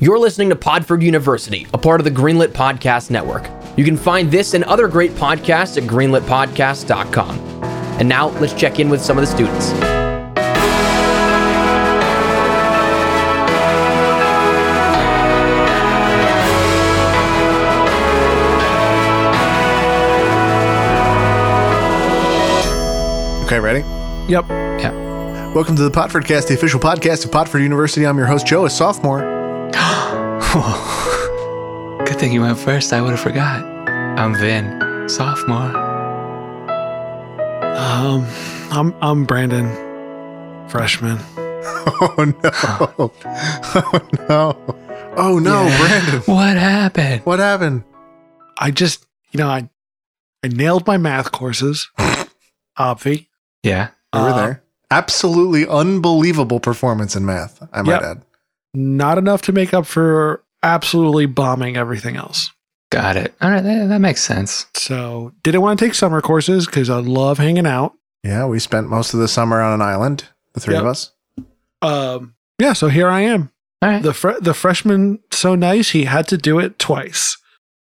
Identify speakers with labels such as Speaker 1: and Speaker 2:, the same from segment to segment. Speaker 1: You're listening to Podford University, a part of the Greenlit Podcast Network. You can find this and other great podcasts at greenlitpodcast.com. And now let's check in with some of the students.
Speaker 2: Okay, ready?
Speaker 3: Yep.
Speaker 1: Yeah.
Speaker 2: Welcome to the Potford Cast, the official podcast of Potford University. I'm your host, Joe, a sophomore.
Speaker 3: Good thing you went first. I would have forgot. I'm Vin, sophomore.
Speaker 4: Um, I'm I'm Brandon, freshman.
Speaker 2: Oh no. Oh no. Oh no, Brandon.
Speaker 3: What happened?
Speaker 2: What happened?
Speaker 4: I just you know I I nailed my math courses. Obvi.
Speaker 3: Yeah.
Speaker 2: We were
Speaker 4: Uh,
Speaker 2: there. Absolutely unbelievable performance in math, I might
Speaker 4: Yep.
Speaker 2: add.
Speaker 4: Not enough to make up for absolutely bombing everything else.
Speaker 3: Got it. All right. That, that makes sense.
Speaker 4: So didn't want to take summer courses because I love hanging out.
Speaker 2: Yeah, we spent most of the summer on an island, the three of
Speaker 4: Yep.
Speaker 2: us.
Speaker 4: Um, yeah. So here I am.
Speaker 3: All right.
Speaker 4: The fre- the freshman so nice he had to do it twice.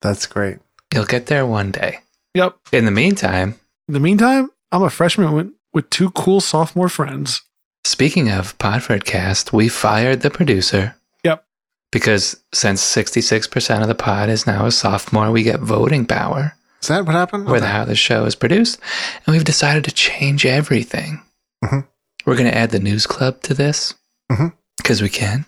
Speaker 2: That's great.
Speaker 3: You'll get there one day.
Speaker 4: Yep.
Speaker 3: In the meantime,
Speaker 4: In the meantime, I'm a freshman with with two cool sophomore friends.
Speaker 3: speaking of Podfordcast, we fired the producer.
Speaker 4: Yep.
Speaker 3: Because since 66% of the pod is now a sophomore, we get voting power
Speaker 2: Is that what happened?
Speaker 3: where the how the show is produced, and we've decided to change everything.
Speaker 4: Mm-hmm.
Speaker 2: Mhm.
Speaker 3: We're going to add the news club to this
Speaker 2: Mhm.
Speaker 3: because we can.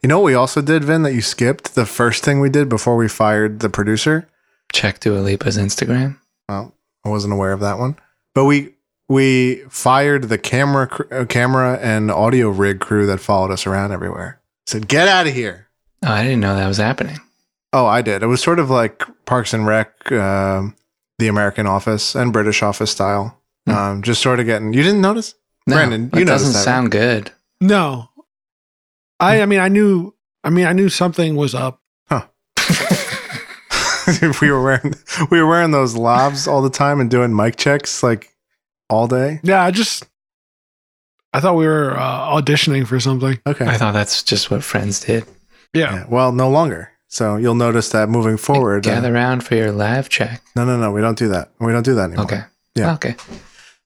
Speaker 2: You know what we also did, Vin, that you skipped? The first thing we did before we fired the producer?
Speaker 3: Check Dua Lipa's Instagram.
Speaker 2: Well, I wasn't aware of that one. But we we fired the camera cr- uh, camera and audio rig crew that followed us around everywhere. Said, "Get out of here."
Speaker 3: Oh, I didn't know that was happening.
Speaker 2: Oh, I did. It was sort of like Parks and Rec, um, the American Office and British Office style.
Speaker 3: Hmm.
Speaker 2: Um, just sort of getting. You didn't notice?
Speaker 3: No,
Speaker 2: Brandon,
Speaker 3: that
Speaker 2: you noticed
Speaker 3: doesn't
Speaker 2: that,
Speaker 3: sound good.
Speaker 4: No. I I mean I knew I mean I knew something was up.
Speaker 2: we were wearing we were wearing those lobs all the time and doing mic checks like all day.
Speaker 4: Yeah, I just I thought we were uh, auditioning for something.
Speaker 2: Okay.
Speaker 3: I thought that's just what friends did.
Speaker 4: Yeah.
Speaker 2: Yeah. Well, no longer. So you'll notice that moving forward. uh,
Speaker 3: Gather round for your live check.
Speaker 2: no, no, no. We don't do that. We don't do that anymore.
Speaker 3: Okay.
Speaker 2: Yeah.
Speaker 3: Okay.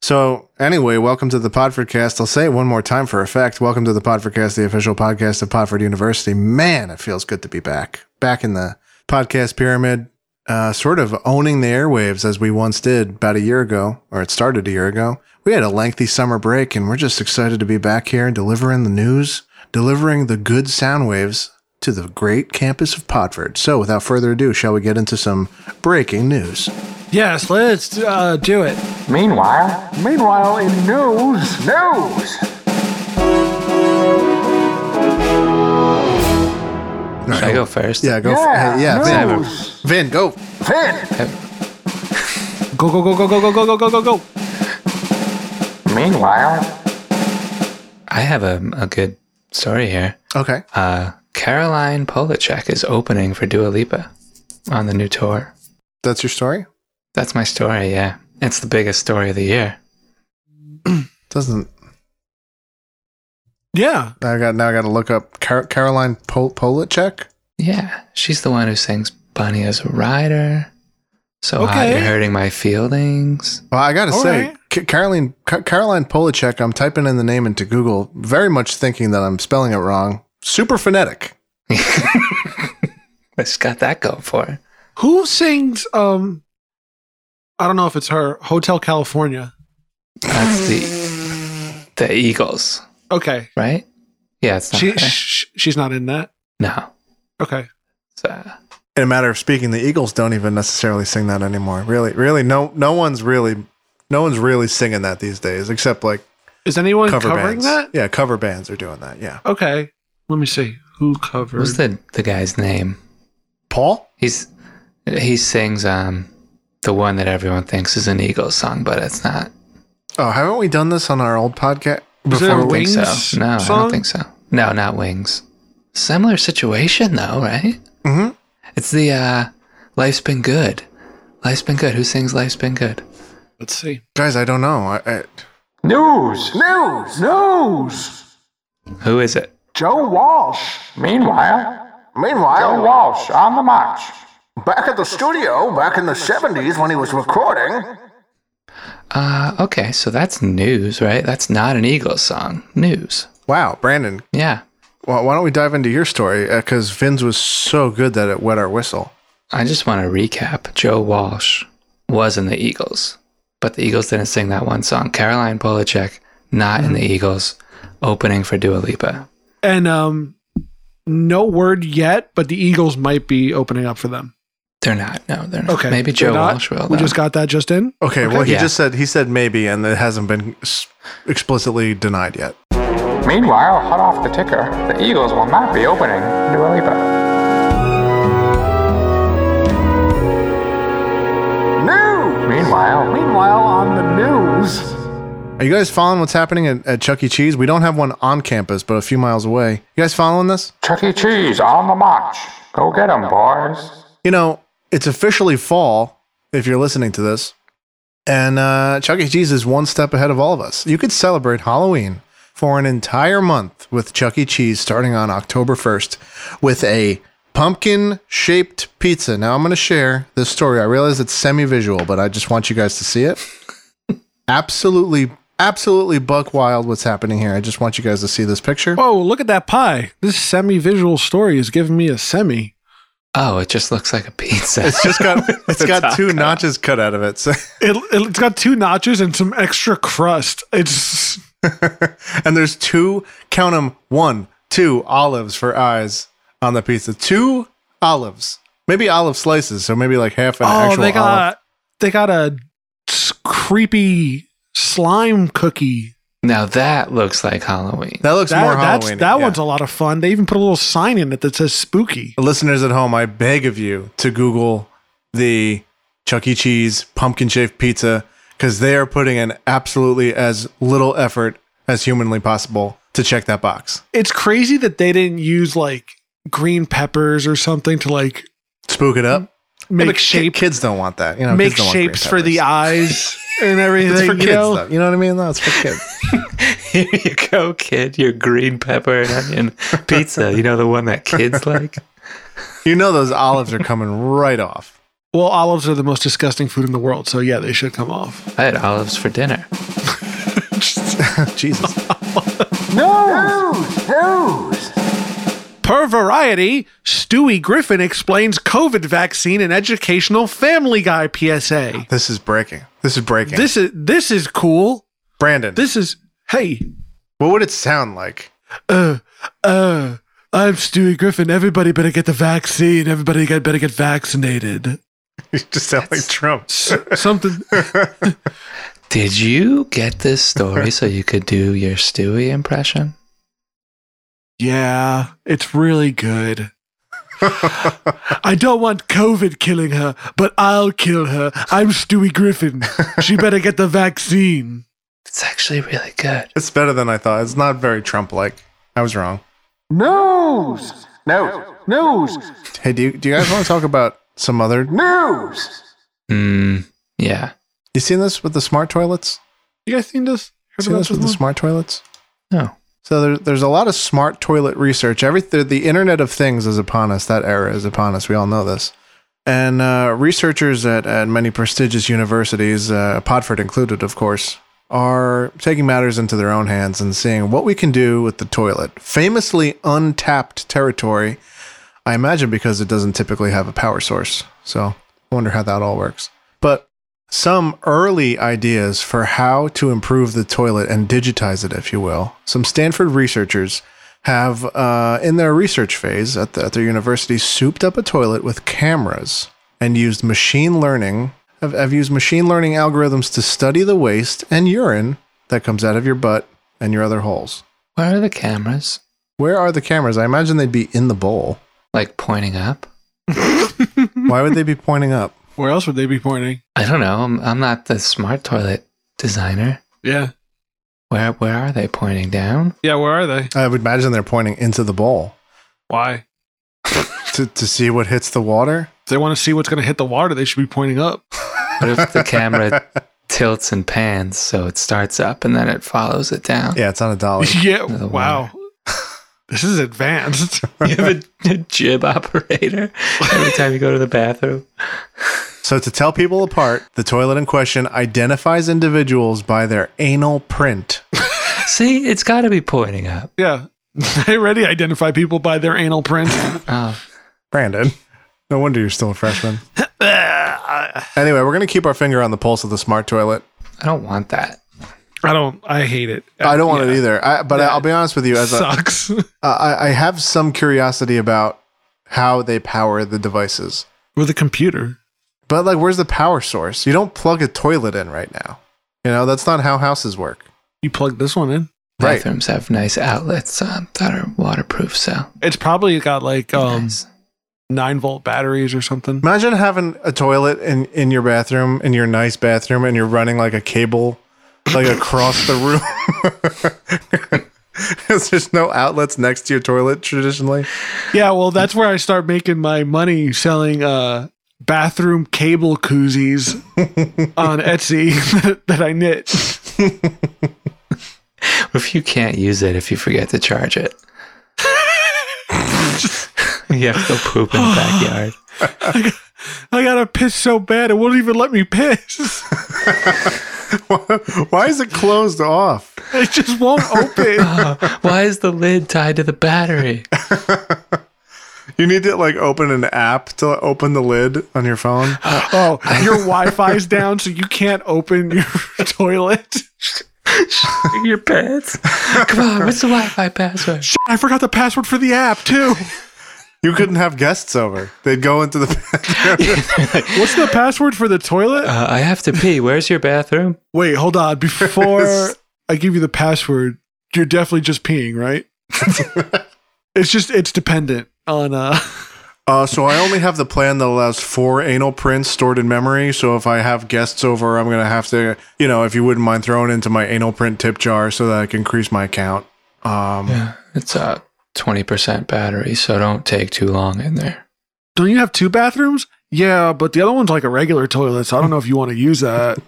Speaker 2: So, anyway, welcome to the Podfordcast. I'll say it one more time for effect. Welcome to the Podfordcast, the official podcast of Podford University. Man, it feels good to be back, back in the podcast pyramid, uh, sort of owning the airwaves as we once did about a year ago, or it started a year ago. We had a lengthy summer break, and we're just excited to be back here and delivering the news, delivering the good sound waves to the great campus of Podford. So, without further ado, shall we get into some breaking news?
Speaker 4: Yes, let's uh, do it.
Speaker 5: Meanwhile, meanwhile, in news, news.
Speaker 3: Should I go first?
Speaker 2: Yeah, go.
Speaker 5: Yeah,
Speaker 2: For, hey, yeah, Vin.
Speaker 5: news.
Speaker 2: Vin, go.
Speaker 5: Finn.
Speaker 4: Go go go go go go go go go go go.
Speaker 5: Meanwhile,
Speaker 3: I have a, a good story here.
Speaker 2: Okay.
Speaker 3: Uh, Caroline Polachek is opening for Dua Lipa on the new tour.
Speaker 2: That's your story?
Speaker 3: That's my story. Yeah. It's the biggest story of the year.
Speaker 2: Doesn't
Speaker 4: Yeah.
Speaker 2: now I got now I got to look up Car- Caroline Pol- Polachek?
Speaker 3: Yeah, she's the one who sings Bunny as a Rider. So hot,
Speaker 4: Okay.
Speaker 3: you're hurting my feelings.
Speaker 2: Well, I gotta
Speaker 4: All
Speaker 2: say,
Speaker 4: right.
Speaker 2: Ca- Caroline Ca- Caroline Polachek. I'm typing in the name into Google, very much thinking that I'm spelling it wrong. Super phonetic.
Speaker 3: She's got that going for her.
Speaker 4: Who sings um I don't know if it's her Hotel California.
Speaker 3: That's the the Eagles,
Speaker 4: Okay.
Speaker 3: right? Yeah, it's not.
Speaker 4: She
Speaker 3: her.
Speaker 4: sh- she's not in that.
Speaker 3: no.
Speaker 4: Okay.
Speaker 3: It's, uh,
Speaker 2: In a matter of speaking, the Eagles don't even necessarily sing that anymore. Really, really, no, no one's really, no one's really singing that these days, except like
Speaker 4: Is anyone
Speaker 2: cover
Speaker 4: covering
Speaker 2: bands.
Speaker 4: that?
Speaker 2: Yeah, cover bands are doing that. Yeah,
Speaker 4: Okay. Let me see. Who covered?
Speaker 3: what's the the guy's name?
Speaker 2: Paul.
Speaker 3: He's he sings um the one that everyone thinks is an Eagles song, but it's not.
Speaker 2: Oh, haven't we done this on our old podcast?
Speaker 4: Is there
Speaker 3: I
Speaker 4: a
Speaker 3: don't
Speaker 4: wing
Speaker 3: think
Speaker 4: Wings
Speaker 3: so. No, I
Speaker 4: song?
Speaker 3: don't think so. No, not Wings. Similar situation though, right?
Speaker 4: Mm-hmm.
Speaker 2: Mhm.
Speaker 3: It's the uh, Life's Been Good. Life's Been Good. Who sings Life's Been Good?
Speaker 4: Let's see.
Speaker 2: Guys, I don't know. I, I,
Speaker 5: news, news, news.
Speaker 3: Who is it?
Speaker 5: Joe Walsh. Meanwhile, Meanwhile, Joe Walsh on the march. Back at the studio, back in the 70s when he was recording.
Speaker 3: Uh, okay, so that's news, right? That's not an Eagles song. News.
Speaker 2: Wow, Brandon,
Speaker 3: Yeah.
Speaker 2: why why don't we dive into your story? Because Vin's was so good that it wet our whistle.
Speaker 3: I just want to recap. Joe Walsh was in the Eagles, but the Eagles didn't sing that one song. Caroline Polachek, not in the Eagles, opening for Dua Lipa.
Speaker 4: And um, no word yet, but the Eagles might be opening up for them.
Speaker 3: They're not. No, they're not.
Speaker 4: Okay,
Speaker 3: Maybe
Speaker 4: they're
Speaker 3: Joe
Speaker 4: not.
Speaker 3: Walsh will.
Speaker 4: We
Speaker 3: though.
Speaker 4: just got that just in.
Speaker 2: Okay, well, he
Speaker 3: Yeah.
Speaker 2: just said he said maybe, and it hasn't been s- explicitly denied yet.
Speaker 5: Meanwhile, hot off the ticker, the Eagles will not be opening Dua Lipa. News! Meanwhile, meanwhile on the news.
Speaker 2: Are you guys following what's happening at, at Chuck E. Cheese? We don't have one on campus, but a few miles away. You guys following this?
Speaker 5: Chuck E. Cheese on the march. Go get 'em, boys.
Speaker 2: You know, it's officially fall if you're listening to this, and uh, Chuck E. Cheese is one step ahead of all of us. You could celebrate Halloween for an entire month with Chuck E. Cheese starting on October 1st with a pumpkin shaped pizza. Now, I'm going to share this story. I realize it's semi visual, but I just want you guys to see it. absolutely, absolutely buck wild what's happening here. I just want you guys to see this picture.
Speaker 4: Whoa, look at that pie. This semi visual story is giving me a semi.
Speaker 3: Oh, it just looks like a pizza.
Speaker 2: It's just got it's
Speaker 3: a
Speaker 2: got two
Speaker 3: taco.
Speaker 2: notches cut out of it. So,
Speaker 4: It, it's got two notches and some extra crust. It's
Speaker 2: and there's two count them one two olives for eyes on the pizza. Two olives, maybe olive slices. So maybe like half an
Speaker 4: oh,
Speaker 2: actual
Speaker 4: they got
Speaker 2: olive.
Speaker 4: they got a s- creepy slime cookie.
Speaker 3: now that looks like Halloween.
Speaker 2: That looks
Speaker 4: That,
Speaker 2: more
Speaker 4: that's-
Speaker 2: Halloween.
Speaker 4: that one's a lot of fun. They even put a little sign in it that says spooky.
Speaker 2: Listeners at home, I beg of you to Google the Chuck E. Cheese pumpkin shaped pizza because they are putting in absolutely as little effort as humanly possible to check that box.
Speaker 4: It's crazy that they didn't use like green peppers or something to like
Speaker 2: Spook it up. Yeah,
Speaker 4: make
Speaker 2: but ki-
Speaker 4: shape
Speaker 2: Kids don't want that. You know,
Speaker 4: make
Speaker 2: kids don't want green
Speaker 4: shapes for
Speaker 2: peppers.
Speaker 4: the eyes and everything.
Speaker 2: It's for
Speaker 4: you
Speaker 2: kids,
Speaker 4: know?
Speaker 2: though. You know what I mean? No, it's for kids.
Speaker 3: Here you go, kid. Your green pepper and onion pizza. You know the one that kids like.
Speaker 2: you know those olives are coming right off.
Speaker 4: Well, olives are the most disgusting food in the world, so yeah, they should come off.
Speaker 3: I had olives for dinner.
Speaker 2: Jesus.
Speaker 5: News! News!
Speaker 4: Per Variety, Stewie Griffin explains COVID vaccine and educational Family Guy PSA.
Speaker 2: This is breaking. This is breaking.
Speaker 4: This is this is cool.
Speaker 2: Brandon,
Speaker 4: This is hey,
Speaker 2: what would it sound like?
Speaker 4: uh, uh, I'm Stewie Griffin. Everybody better get the vaccine. Everybody get, better get vaccinated.
Speaker 2: You just sound like Trump.
Speaker 4: S- something.
Speaker 3: Did you get this story so you could do your Stewie impression?
Speaker 4: Yeah, it's really good. I don't want COVID killing her, but I'll kill her. I'm Stewie Griffin. She better get the vaccine.
Speaker 3: It's actually really good.
Speaker 2: It's better than I thought. It's not very Trump like. I was wrong.
Speaker 5: News! News! News!
Speaker 2: Hey, do you, do you guys want to talk about some other?
Speaker 5: News!
Speaker 3: Mm, yeah.
Speaker 2: You seen this with the smart toilets?
Speaker 4: You guys seen this? Heard
Speaker 2: Seen
Speaker 4: about
Speaker 2: this with the
Speaker 4: one?
Speaker 2: smart toilets?
Speaker 3: No.
Speaker 2: So there, there's a lot of smart toilet research. Every the, the Internet of Things is upon us. That era is upon us. We all know this. And uh, researchers at, at many prestigious universities, uh, Podford included, of course, are taking matters into their own hands and seeing what we can do with the toilet. Famously untapped territory, I imagine, because it doesn't typically have a power source. So I wonder how that all works. But some early ideas for how to improve the toilet and digitize it, if you will. Some Stanford researchers have, uh, in their research phase at, the, at their university, souped up a toilet with cameras and used machine learning. Have, have used machine learning algorithms to study the waste and urine that comes out of your butt and your other holes.
Speaker 3: Where are the cameras?
Speaker 2: Where are the cameras? I imagine they'd be in the bowl.
Speaker 3: Like pointing up?
Speaker 2: Why would they be pointing up?
Speaker 4: Where else would they be pointing?
Speaker 3: I don't know. I'm, I'm not the smart toilet designer.
Speaker 4: Yeah,
Speaker 3: Where where are they pointing down?
Speaker 4: yeah. Where are they?
Speaker 2: I would imagine they're pointing into the bowl
Speaker 4: Why?
Speaker 2: to, to see what hits the water.
Speaker 4: If they want to see what's going to hit the water, they should be pointing up.
Speaker 3: What if the camera tilts and pans so it starts up and then it follows it down?
Speaker 2: Oh, Yeah, it's on a dolly.
Speaker 4: yeah.
Speaker 3: The
Speaker 4: Wow. This is advanced.
Speaker 3: You have a, a jib operator every time you go to the bathroom.
Speaker 2: So, to tell people apart, the toilet in question identifies individuals by their anal print.
Speaker 3: See, it's got to be pointing up.
Speaker 4: yeah. I already identify people by their anal print.
Speaker 3: Oh,
Speaker 2: Brandon, no wonder you're still a freshman. anyway, we're going to keep our finger on the pulse of the smart toilet.
Speaker 3: I don't want that.
Speaker 4: I don't. I hate it.
Speaker 2: I don't want it either. I, but I'll be honest with you, as a,
Speaker 4: Sucks.
Speaker 2: I, I have some curiosity about how they power the devices.
Speaker 4: With a computer.
Speaker 2: But like, where's the power source? You don't plug a toilet in right now. You know, that's not how houses work.
Speaker 4: You plug this one in.
Speaker 2: Right.
Speaker 3: Bathrooms have nice outlets um, that are waterproof, so
Speaker 4: It's probably got like um
Speaker 3: nice.
Speaker 4: nine volt batteries or something.
Speaker 2: Imagine having a toilet in, in your bathroom, in your nice bathroom, and you're running like a cable like across the room. 'Cause there's no outlets next to your toilet traditionally.
Speaker 4: Yeah, well, that's where I start making my money selling uh bathroom cable koozies on Etsy that, I knit.
Speaker 3: if you can't use it, if you forget to charge it, you have to go poop in the backyard.
Speaker 4: I gotta piss so bad it won't even let me piss.
Speaker 2: Why is it closed off?
Speaker 4: It just won't open.
Speaker 3: Why is the lid tied to the battery?
Speaker 2: You need to like open an app to open the lid on your phone.
Speaker 4: Oh, your Wi-Fi's down, so you can't open your toilet.
Speaker 3: Your pants. Come on, what's the Wi-Fi password?
Speaker 4: I forgot the password for the app too.
Speaker 2: You couldn't have guests over. They'd go into the bathroom.
Speaker 4: What's the password for the toilet?
Speaker 3: Uh, I have to pee. Where's your bathroom?
Speaker 4: Wait, hold on. Before I give you the password, you're definitely just peeing, right? it's just it's dependent on uh
Speaker 2: Uh, so I only have the plan that allows four anal prints stored in memory. So if I have guests over, I'm gonna have to, you know, if you wouldn't mind throwing into my anal print tip jar so that I can increase my count. Um,
Speaker 3: Yeah, it's a twenty percent battery, so don't take too long in there.
Speaker 4: Don't you have two bathrooms? Yeah, but the other one's like a regular toilet, so I don't know if you want to use that.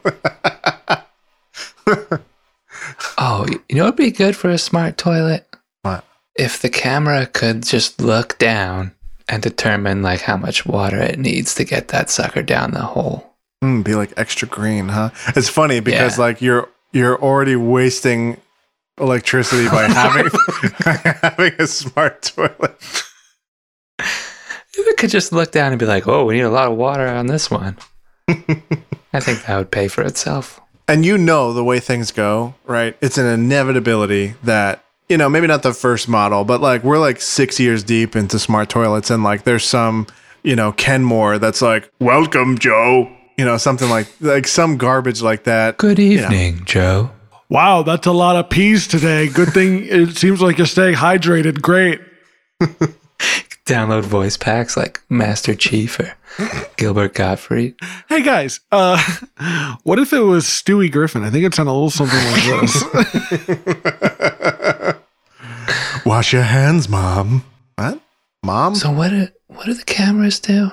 Speaker 3: Oh, y- you know what'd be good for a smart toilet?
Speaker 2: What?
Speaker 3: If the camera could just look down and determine like how much water it needs to get that sucker down the hole.
Speaker 2: mm, be like extra green, huh? It's funny because
Speaker 3: Yeah.
Speaker 2: like you're you're already wasting electricity by having having a smart toilet.
Speaker 3: If it could just look down and be like, "Oh, we need a lot of water on this one," I think that would pay for itself.
Speaker 2: and you know the way things go, right? It's an inevitability that you know maybe not the first model, but like we're like six years deep into smart toilets, and like there's some you know Kenmore that's like welcome Joe, you know something like like some garbage like that.
Speaker 3: Good evening, Joe.
Speaker 4: wow, that's a lot of peas today. Good thing it seems like you're staying hydrated. Great.
Speaker 3: Download voice packs like Master Chief or Gilbert Gottfried.
Speaker 4: Hey guys, uh what if it was Stewie Griffin? I think it sounded a little something like this.
Speaker 2: Wash your hands, mom. What, mom?
Speaker 3: So what? Do, what do the cameras do?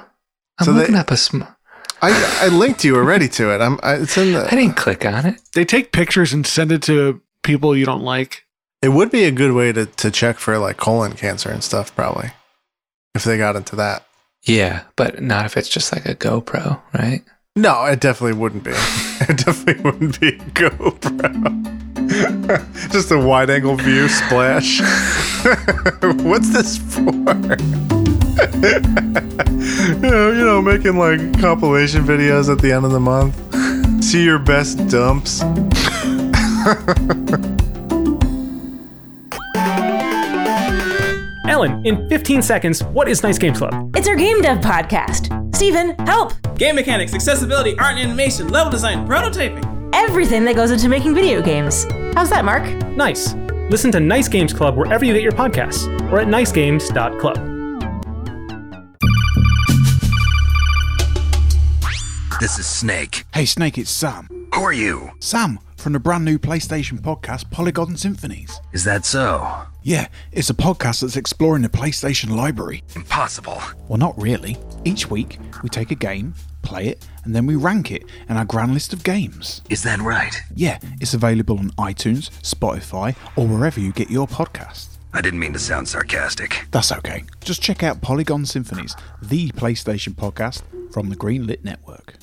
Speaker 3: I'm
Speaker 2: So they-
Speaker 3: looking up a sm-
Speaker 2: I I linked you already to it. I'm I, it's in
Speaker 3: I
Speaker 2: the.
Speaker 3: didn't click on it.
Speaker 4: they take pictures and send it to people you don't like.
Speaker 2: It would be a good way to to check for like colon cancer and stuff probably, if they got into that.
Speaker 3: Yeah, but not if it's just like a GoPro, right?
Speaker 2: No, it definitely wouldn't be. It definitely wouldn't be a GoPro. Just a wide angle view splash. What's this for? you, know, you know, making like compilation videos at the end of the month. See your best dumps.
Speaker 6: Ellen, in 15 seconds, what is Nice Games Club?
Speaker 7: It's our game dev podcast. Steven, help!
Speaker 8: Game mechanics, accessibility, art and animation, level design, prototyping.
Speaker 7: Everything that goes into making video games. How's that, Mark?
Speaker 6: Nice. Listen to Nice Games Club wherever you get your podcasts or at nicegames.club.
Speaker 9: This is Snake.
Speaker 10: Hey Snake, it's Sam.
Speaker 9: Who are you?
Speaker 10: Sam from the brand new PlayStation podcast Polygon Symphonies.
Speaker 9: Is that so?
Speaker 10: Yeah, it's a podcast that's exploring the PlayStation library.
Speaker 9: Impossible.
Speaker 10: Well, not really. Each week, we take a game, play it, and then we rank it in our grand list of games.
Speaker 9: Is that right?
Speaker 10: Yeah, it's available on iTunes, Spotify, or wherever you get your podcasts.
Speaker 9: I didn't mean to sound sarcastic.
Speaker 10: That's okay. Just check out Polygon Symphonies, the PlayStation podcast from the Greenlit Network.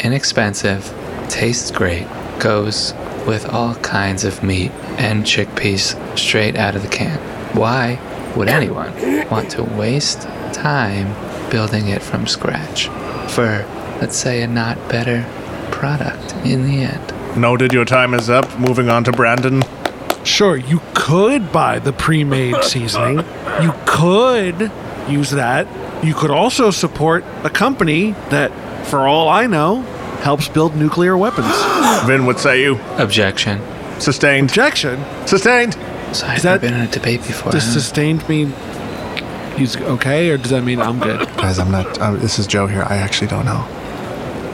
Speaker 3: Inexpensive, tastes great, goes with all kinds of meat and chickpeas straight out of the can. Why would anyone want to waste time building it from scratch for, let's say, a not better product in the end?
Speaker 2: Noted, your time is up. Moving on to Brandon.
Speaker 4: Sure, you could buy the pre made seasoning. You could use that. You could also support a company that, for all I know, helps build nuclear weapons.
Speaker 2: Vin, what say you?
Speaker 3: Objection.
Speaker 2: Sustained.
Speaker 4: Objection?
Speaker 2: Sustained.
Speaker 3: So I've
Speaker 4: that-
Speaker 3: never been in a debate before.
Speaker 4: Does
Speaker 3: huh?
Speaker 4: sustained mean he's okay, or does that mean I'm good?
Speaker 2: Guys, I'm not. Um, this is Joe here. I actually don't know.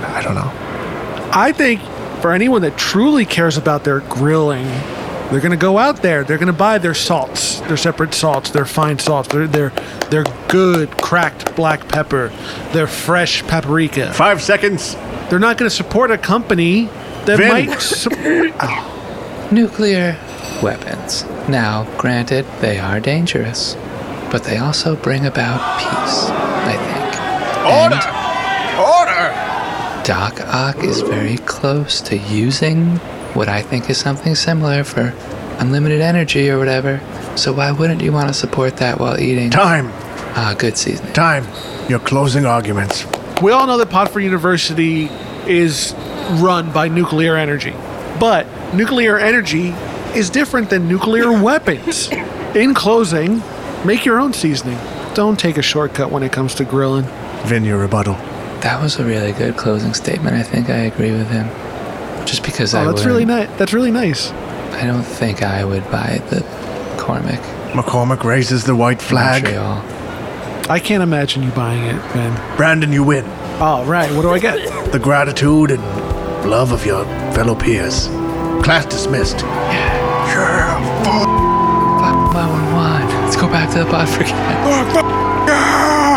Speaker 2: I don't know.
Speaker 4: I think for anyone that truly cares about their grilling, they're going to go out there. They're going to buy their salts, their separate salts, their fine salts, their their their good cracked black pepper, their fresh paprika.
Speaker 2: Five seconds.
Speaker 4: They're not going to support a company that
Speaker 2: Vin.
Speaker 4: might. Su-
Speaker 3: nuclear weapons. Now, granted, they are dangerous, but they also bring about peace, I think. Order! Order! Doc Ock is very close to using what I think is something similar for unlimited energy or whatever. So why wouldn't you want to support that while eating
Speaker 2: Time.
Speaker 3: uh, good seasoning?
Speaker 2: Time. Your closing arguments.
Speaker 4: we all know that Potford University is run by nuclear energy, but nuclear energy is different than nuclear weapons. In closing, make your own seasoning. Don't take a shortcut when it comes to grilling. Oh,
Speaker 2: Vin, your rebuttal.
Speaker 3: That was a really good closing statement. I think I agree with him. Just because I
Speaker 4: Oh, that's
Speaker 3: wouldn't-
Speaker 4: really nice. That's really nice.
Speaker 3: I don't think I would buy the Cormac
Speaker 2: McCormick raises the white flag.
Speaker 3: Montreal.
Speaker 4: I can't imagine you buying it, man.
Speaker 2: Brandon, you win.
Speaker 4: Oh, right. What do I get?
Speaker 2: The gratitude and love of your fellow peers. Class dismissed.
Speaker 3: Fuck, blow and wine. Let's go back to the pod for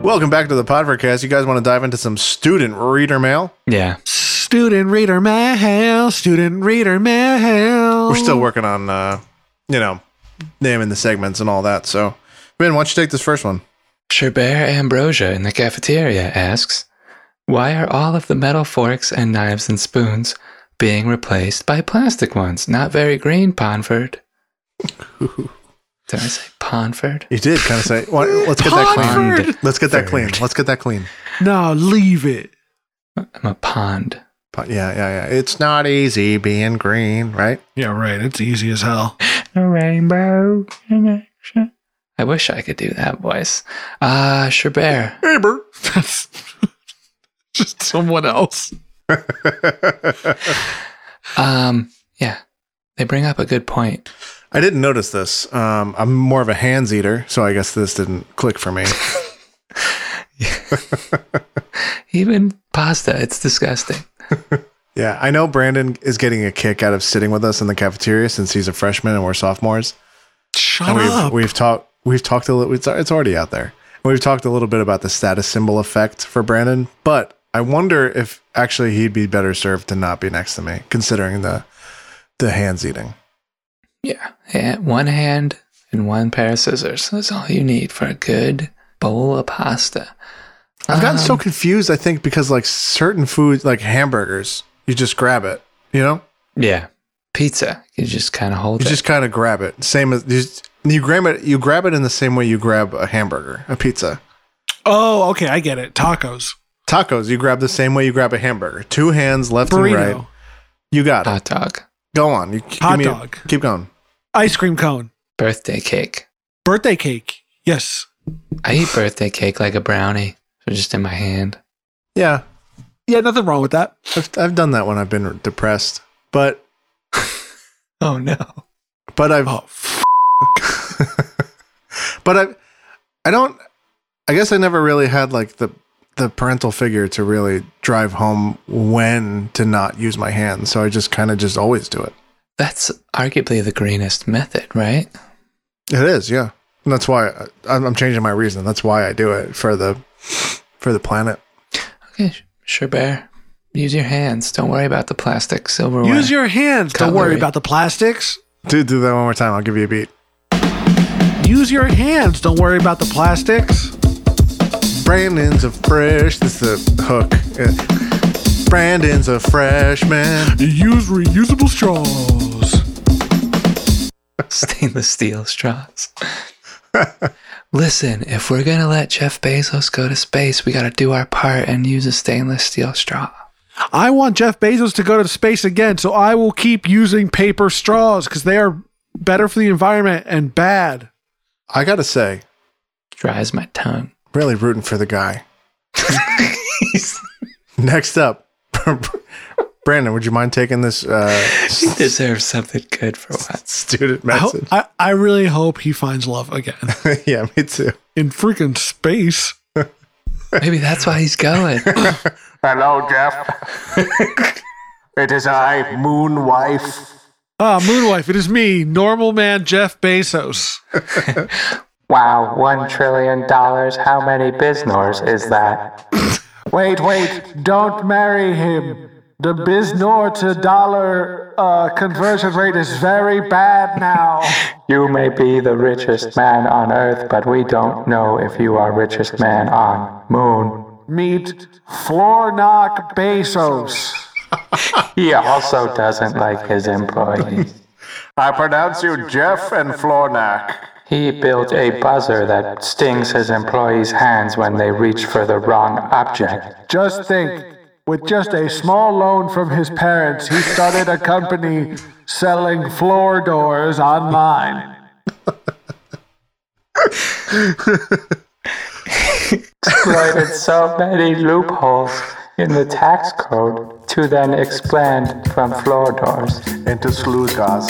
Speaker 2: Welcome back to the Podvercast. You guys want to dive into some student reader mail?
Speaker 3: Yeah.
Speaker 4: student reader mail. Student reader mail.
Speaker 2: We're still working on, uh, you know, naming the segments and all that. So, Vin, why don't you take this first one?
Speaker 3: Sherbert Ambrosia in the cafeteria asks, Why are all of the metal forks and knives and spoons being replaced by plastic ones? Not very green, Ponford. Did I say Ponford?
Speaker 2: You did kind of say. Why, let's get that clean.
Speaker 4: Podford.
Speaker 2: Let's get that
Speaker 3: Third.
Speaker 2: clean. Let's get that clean.
Speaker 4: No, leave it.
Speaker 3: I'm a pond.
Speaker 2: Po- Yeah, yeah, yeah. It's not easy being green, right?
Speaker 4: Yeah, right. It's easy as hell.
Speaker 3: A rainbow connection. I wish I could do that voice. Ah, uh, Sherbert.
Speaker 4: That's just someone else.
Speaker 3: Um, yeah. They bring up a good point.
Speaker 2: I didn't notice this. Um, I'm more of a hands eater, so I guess this didn't click for me.
Speaker 3: Even pasta, it's disgusting.
Speaker 2: yeah, I know Brandon is getting a kick out of sitting with us in the cafeteria since he's a freshman and we're sophomores.
Speaker 4: Shut
Speaker 2: And we've
Speaker 4: up.
Speaker 2: we've talked we've talked a little. It's, it's already out there. We've talked a little bit about the status symbol effect for Brandon, but I wonder if actually he'd be better served to not be next to me, considering the the hands eating.
Speaker 3: Yeah. And one hand and one pair of scissors. That's all you need for a good bowl of pasta.
Speaker 2: I've gotten so
Speaker 3: Um,
Speaker 2: confused. I think because like certain foods, like hamburgers, you just grab it. You know,
Speaker 3: Yeah. Pizza. You just kind of hold
Speaker 2: you
Speaker 3: it.
Speaker 2: just kind of grab it. Same as you, just- you grab it. You grab it in the same way you grab a hamburger, a pizza,
Speaker 4: oh, okay. I get it. Tacos.
Speaker 2: tacos. You grab the same way you grab a hamburger. Two hands, left
Speaker 4: Burrito.
Speaker 2: and right. You got it.
Speaker 3: Hot dog.
Speaker 2: Go on. You, give
Speaker 4: Hot
Speaker 2: me a-
Speaker 4: dog.
Speaker 2: keep going.
Speaker 4: Ice cream cone.
Speaker 3: Birthday cake.
Speaker 4: Birthday cake. Yes.
Speaker 3: I eat birthday cake like a brownie. So just in my hand.
Speaker 2: Yeah,
Speaker 4: Yeah, nothing wrong with that.
Speaker 2: I've, I've done that when I've been depressed, but
Speaker 3: Oh, no.
Speaker 2: but I've
Speaker 4: Oh, f-
Speaker 2: but I I don't I guess I never really had like the the parental figure to really drive home when to not use my hands. So I just kind of just always do it.
Speaker 3: That's arguably the greenest method, right?
Speaker 2: It is, yeah. And that's why I, I'm I'm changing my reason. That's why I do it for the for for the planet.
Speaker 3: Okay, sh- sure, bear. Use your hands. Don't worry about the plastic silverware.
Speaker 4: Use your hands. Don't worry
Speaker 3: Cutlery.
Speaker 4: about the plastics.
Speaker 2: Dude, do that one more time. I'll give you a beat.
Speaker 4: Use your hands. Don't worry about the plastics.
Speaker 2: Brandon's a fresh. This is the hook. Uh, Brandon's a freshman.
Speaker 4: Use reusable straws.
Speaker 3: stainless steel straws. Listen, if we're gonna let Jeff Bezos go to space, we gotta do our part and use a stainless steel straw.
Speaker 4: I want Jeff Bezos to go to space again, so I will keep using paper straws because they are better for the environment and bad.
Speaker 2: I gotta say,
Speaker 3: Dries my tongue.
Speaker 2: really rooting for the guy. Next up, Brandon, would you mind taking this uh,
Speaker 3: he deserves something good for once.
Speaker 2: student
Speaker 4: I, hope,
Speaker 2: message?
Speaker 4: I, I really hope he finds love again
Speaker 2: yeah, me too.
Speaker 4: in freaking space.
Speaker 3: Maybe that's why he's going.
Speaker 5: Hello, Jeff. it is I, Moon Wife.
Speaker 4: Ah, Moonwife, it is me, normal man Jeff Bezos.
Speaker 11: Wow, one trillion dollars. How many Biznors is that?
Speaker 5: Wait, wait, don't marry him. The biznor to dollar uh, conversion rate is very bad now.
Speaker 11: You may be the richest man on Earth, but we don't know if you are richest man on Moon.
Speaker 5: Meet Floornock Bezos.
Speaker 11: He also doesn't like his employees.
Speaker 5: I pronounce you Jeff and Floornock.
Speaker 11: He built a buzzer that stings his employees' hands when they reach for the wrong object.
Speaker 5: Just think, with just a small loan from his parents, he started a company selling floor doors online.
Speaker 11: exploited so many loopholes in the tax code to then expand from floor doors.
Speaker 5: Into sluice gas.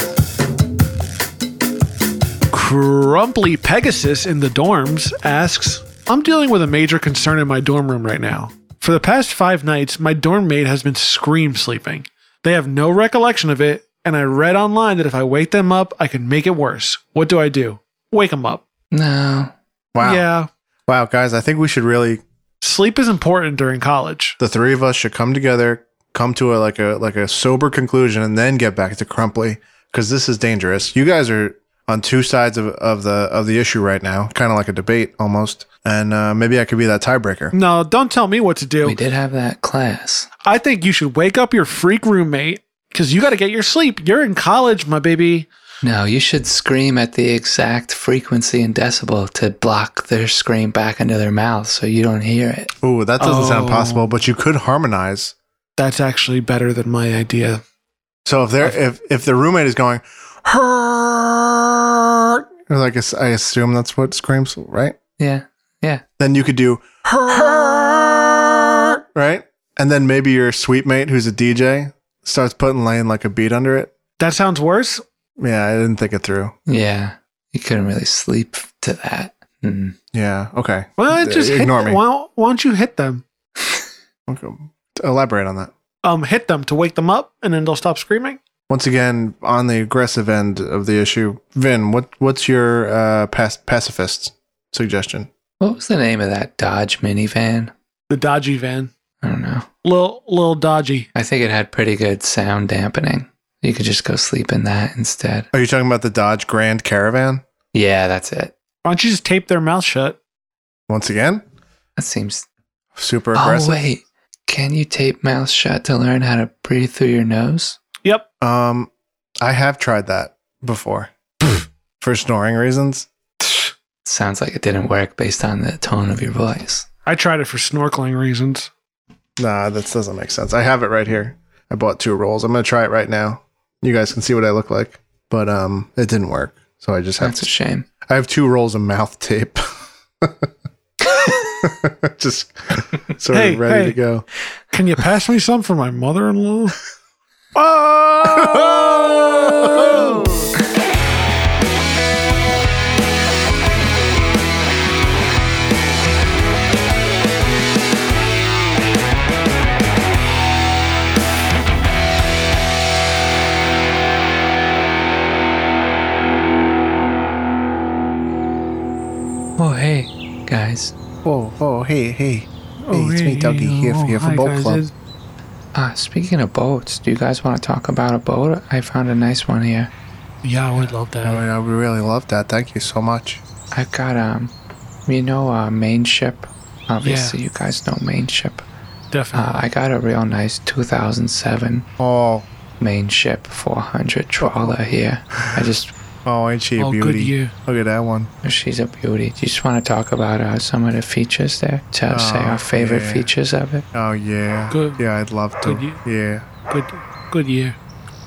Speaker 4: Crumply Pegasus in the dorms asks, I'm dealing with a major concern in my dorm room right now. For the past five nights, my dorm mate has been scream sleeping. They have no recollection of it, and I read online that if I wake them up, I can make it worse. What do I do? Wake them up.
Speaker 3: no.
Speaker 2: Wow.
Speaker 4: Yeah.
Speaker 2: Wow, guys, I think we should really
Speaker 4: Sleep is important during college.
Speaker 2: the three of us should come together, come to a like a like a sober conclusion, and then get back to Crumply because this is dangerous. You guys are on two sides of, of the of the issue right now, kind of like a debate almost, and uh, maybe I could be that tiebreaker.
Speaker 4: No, don't tell me what to do.
Speaker 3: We did have that class.
Speaker 4: I think you should wake up your freak roommate because you got to get your sleep. You're in college, my baby.
Speaker 3: No, you should scream at the exact frequency and decibel to block their scream back into their mouth so you don't hear it.
Speaker 2: Ooh, that doesn't sound
Speaker 4: Oh.
Speaker 2: possible, but you could harmonize.
Speaker 4: That's actually better than my idea.
Speaker 2: So if they're if if the roommate is going, "Hurt," like I s- I assume that's what screams, right?
Speaker 3: Yeah. Yeah.
Speaker 2: then you could do her, right? And then maybe your sweet mate who's a DJ starts putting laying like a beat under it.
Speaker 4: That sounds worse.
Speaker 2: Yeah, I didn't think it through.
Speaker 3: Yeah. You couldn't really sleep to that. Mm.
Speaker 2: Yeah, okay.
Speaker 4: Well,
Speaker 2: Uh,
Speaker 4: just hit
Speaker 2: ignore
Speaker 4: them.
Speaker 2: me.
Speaker 4: Why, don't- why don't you hit them?
Speaker 2: Okay. Elaborate on that.
Speaker 4: Um, hit them to wake them up, and then they'll stop screaming.
Speaker 2: Once again, on the aggressive end of the issue, Vin, what what's your uh, pac- pacifist suggestion?
Speaker 3: What was the name of that Dodge minivan?
Speaker 4: The dodgy van,
Speaker 3: I don't know.
Speaker 4: little little dodgy.
Speaker 3: I think it had pretty good sound dampening. You could just go sleep in that instead.
Speaker 2: Are you talking about the Dodge Grand Caravan?
Speaker 3: Yeah, that's it.
Speaker 4: Why don't you just tape their mouth shut?
Speaker 2: Once again,
Speaker 3: That seems.
Speaker 2: super aggressive.
Speaker 3: Oh, wait. Can you tape mouth shut to learn how to breathe through your nose?
Speaker 4: Yep.
Speaker 2: Um, I have tried that before for snoring reasons.
Speaker 3: Sounds like it didn't work based on the tone of your voice.
Speaker 4: I tried it for snorkeling reasons.
Speaker 2: Nah, that doesn't make sense. I have it right here. I bought two rolls. I'm gonna try it right now. You guys can see what I look like. But um it didn't work. So I just have
Speaker 3: That's a
Speaker 2: to,
Speaker 3: shame.
Speaker 2: I have two rolls of mouth tape. just sort
Speaker 4: Hey,
Speaker 2: of ready
Speaker 4: hey.
Speaker 2: to go.
Speaker 4: Can you pass me some for my mother-in-law?
Speaker 2: Oh!
Speaker 3: Oh, hey, guys.
Speaker 2: Oh, oh, hey, hey. Hey, it's me, Dougie, here, here
Speaker 4: oh,
Speaker 2: from Boat Club.
Speaker 3: Uh, speaking of boats, do you guys want to talk about a boat? I found a nice one here.
Speaker 4: Yeah, I would love that.
Speaker 2: I, would really love that. Thank you so much.
Speaker 3: I've got um, you know, uh, main ship. Obviously, you guys know main ship.
Speaker 4: Definitely.
Speaker 3: Uh, I got a real nice 2007
Speaker 2: oh.
Speaker 3: main ship 400 trawler here. I just,
Speaker 2: Oh, ain't she a
Speaker 4: Oh, good
Speaker 2: beauty?
Speaker 4: year.
Speaker 2: Look at that one.
Speaker 3: she's a beauty. Do you just want to talk about uh, some of the features there? Tell say
Speaker 2: Oh,
Speaker 3: our favorite
Speaker 2: yeah.
Speaker 3: features of it.
Speaker 2: Oh yeah.
Speaker 4: Good-
Speaker 2: Yeah, I'd love to.
Speaker 4: good year.
Speaker 2: Yeah.
Speaker 4: Good, good year.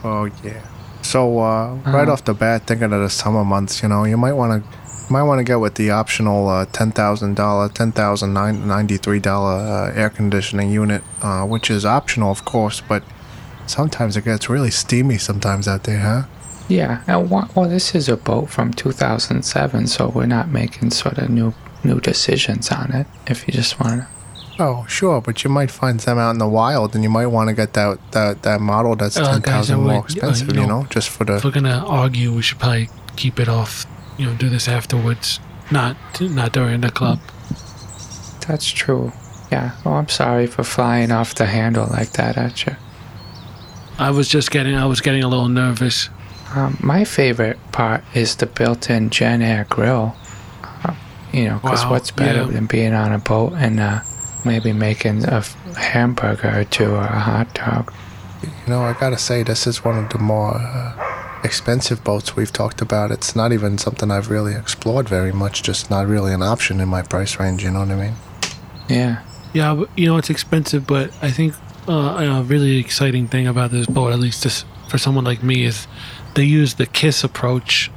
Speaker 2: Oh yeah. So uh, right
Speaker 4: Uh-huh.
Speaker 2: off the bat, thinking of the summer months, you know, you might want to. Might want to go with the optional uh, ten thousand dollar, ten thousand ninety three dollar uh, air conditioning unit, uh, which is optional, of course. But sometimes it gets really steamy sometimes out there, huh?
Speaker 3: Yeah, and wha- well, this is a boat from 2007, so we're not making sort of new new decisions on it. If you just want to,
Speaker 2: Oh, sure, but you might find them out in the wild, and you might want to get that that, that model that's
Speaker 4: Uh, guys, I
Speaker 2: ten thousand more
Speaker 4: would- uh, you
Speaker 2: expensive, you
Speaker 4: know,
Speaker 2: know, just for the
Speaker 4: If we're gonna argue, we should probably keep it off. You know, do this afterwards, not not during the club.
Speaker 3: that's true. Yeah. Oh, I'm sorry for flying off the handle like that at you.
Speaker 4: I was just getting, I was getting a little nervous.
Speaker 3: Um, my favorite part is the built-in Gen Air grill. Uh, you know, because
Speaker 4: Wow,
Speaker 3: what's better
Speaker 4: yeah.
Speaker 3: than being on a boat and uh, maybe making a f- hamburger or two or a hot dog?
Speaker 2: You know, I gotta say, this is one of the more uh, expensive boats we've talked about. It's not even something I've really explored very much, just not really an option in my price range, you know what I mean?
Speaker 3: Yeah.
Speaker 4: Yeah, but, you know it's expensive, but I think uh, a really exciting thing about this boat, at least this, for someone like me, is they use the kiss approach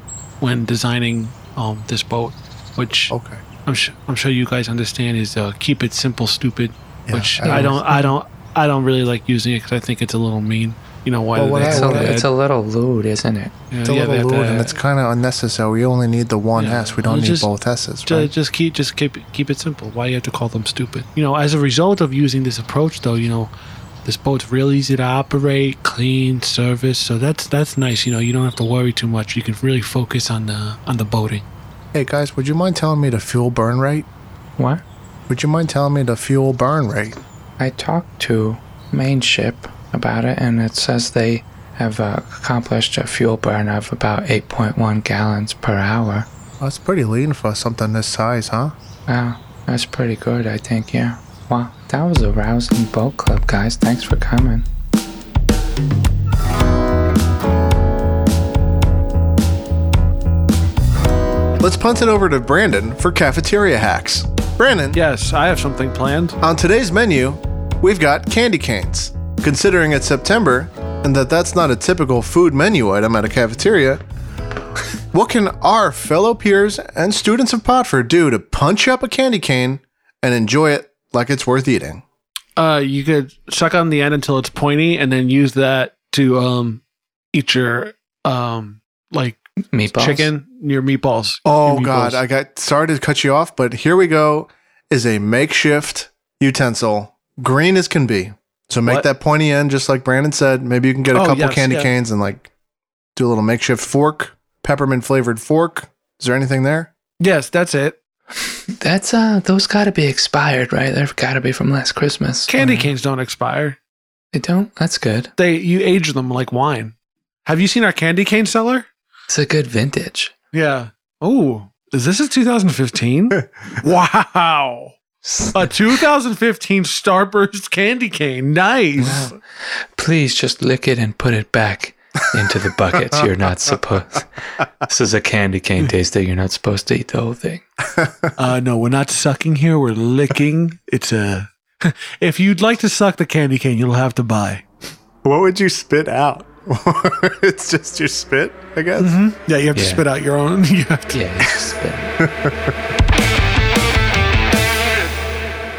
Speaker 4: when designing um, this boat, which
Speaker 2: Okay.
Speaker 4: I'm, su I'm sure you guys understand is uh, keep it simple, stupid.
Speaker 2: Yeah,
Speaker 4: which
Speaker 2: I
Speaker 4: I don't, I don't, I don't really like using it because I think it's a little mean. You know why?
Speaker 2: Well,
Speaker 4: do
Speaker 2: what
Speaker 4: they
Speaker 2: I-
Speaker 4: have
Speaker 3: It's
Speaker 2: what
Speaker 4: to
Speaker 3: a,
Speaker 2: I-
Speaker 4: add-
Speaker 3: it's a little lewd, isn't it?
Speaker 4: yeah,
Speaker 2: It's a
Speaker 4: yeah, they
Speaker 2: little
Speaker 4: have to
Speaker 2: rude and
Speaker 4: add-
Speaker 2: it's kind of unnecessary. We only need the one
Speaker 4: Yeah,
Speaker 2: S. We
Speaker 4: well,
Speaker 2: don't need
Speaker 4: just-
Speaker 2: both S's,
Speaker 4: Ju-
Speaker 2: right?
Speaker 4: Just keep, just keep, keep it simple. Why you have to call them stupid? You know, as a result of using this approach, though, you know, this boat's real easy to operate, clean, service. So that's that's nice. You know, you don't have to worry too much. You can really focus on the on the boating.
Speaker 2: hey, guys, would you mind telling me the fuel burn rate?
Speaker 3: What?
Speaker 2: Would you mind telling me the fuel burn rate?
Speaker 3: I talked to main ship about it, and it says they have uh, accomplished a fuel burn of about 8.1 gallons per hour.
Speaker 2: That's pretty lean for something this size, huh?
Speaker 3: Wow, that's pretty good, I think, yeah. Wow, that was a rousing boat club, guys. Thanks for coming.
Speaker 2: Let's punt it over to Brandon for cafeteria hacks. Brandon,
Speaker 4: Yes, I have something planned.
Speaker 2: On today's menu, we've got candy canes. Considering it's September and that that's not a typical food menu item at a cafeteria, what can our fellow peers and students of Potford do to punch up a candy cane and enjoy it like it's worth eating?
Speaker 4: Uh, you could suck on the end until it's pointy, and then use that to um eat your um like
Speaker 3: Meatballs?
Speaker 4: chicken, your meatballs.
Speaker 2: Oh
Speaker 4: Your meatballs.
Speaker 2: god, I got sorry to cut you off, but here we go is a makeshift utensil, green as can be. So make
Speaker 4: What?
Speaker 2: that pointy end just like Brandon said. Maybe you can get a
Speaker 4: Oh,
Speaker 2: couple
Speaker 4: yes,
Speaker 2: candy
Speaker 4: yeah.
Speaker 2: canes and like do a little makeshift fork, peppermint flavored fork. Is there anything there?
Speaker 4: yes, that's it.
Speaker 3: That's, uh, those gotta be expired, right? They've gotta be from last Christmas.
Speaker 4: Candy canes don't expire.
Speaker 3: They don't? That's good.
Speaker 4: They you age them like wine. Have you seen our candy cane seller?
Speaker 3: It's a good vintage.
Speaker 4: Yeah. Oh, is this a 2015? wow. A 2015 Starburst candy cane. Nice.
Speaker 3: Please just lick it and put it back into the bucket. You're not supposed. This is a candy cane taster. You're not supposed to eat the whole thing.
Speaker 4: Uh, no, we're not sucking here. We're licking. It's a. if you'd like to suck the candy cane, you'll have to buy.
Speaker 2: What would you spit out? it's just your spit, I guess.
Speaker 4: Yeah, you have to
Speaker 3: Yeah.
Speaker 4: spit out your own. You have to.
Speaker 3: Yeah, it's just been-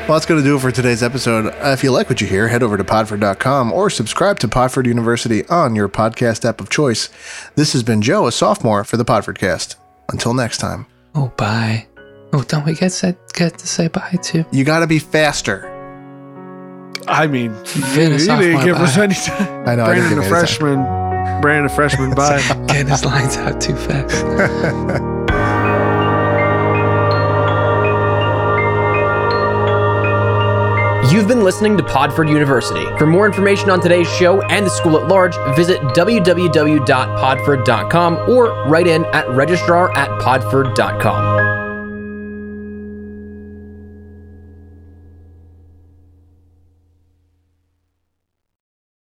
Speaker 2: Well, that's going to do it for today's episode. Uh, If you like what you hear, head over to podford.com or subscribe to Podford University on your podcast app of choice. This has been Joe, a sophomore for the Podford Cast. Until next time,
Speaker 3: oh, bye. Oh, don't we get said get to say bye too?
Speaker 2: you got to be faster.
Speaker 4: I mean,
Speaker 3: Finish
Speaker 4: you
Speaker 3: off
Speaker 4: didn't
Speaker 3: my
Speaker 4: give us
Speaker 3: bye.
Speaker 4: any time.
Speaker 2: I know, I didn't give
Speaker 4: Brandon, the
Speaker 2: you any time.
Speaker 4: freshman. Brandon, the freshman. Bye.
Speaker 3: Get his lines out too fast.
Speaker 1: You've been listening to Podford University. For more information on today's show and the school at large, visit www.podford.com or write in at registrar at podford.com.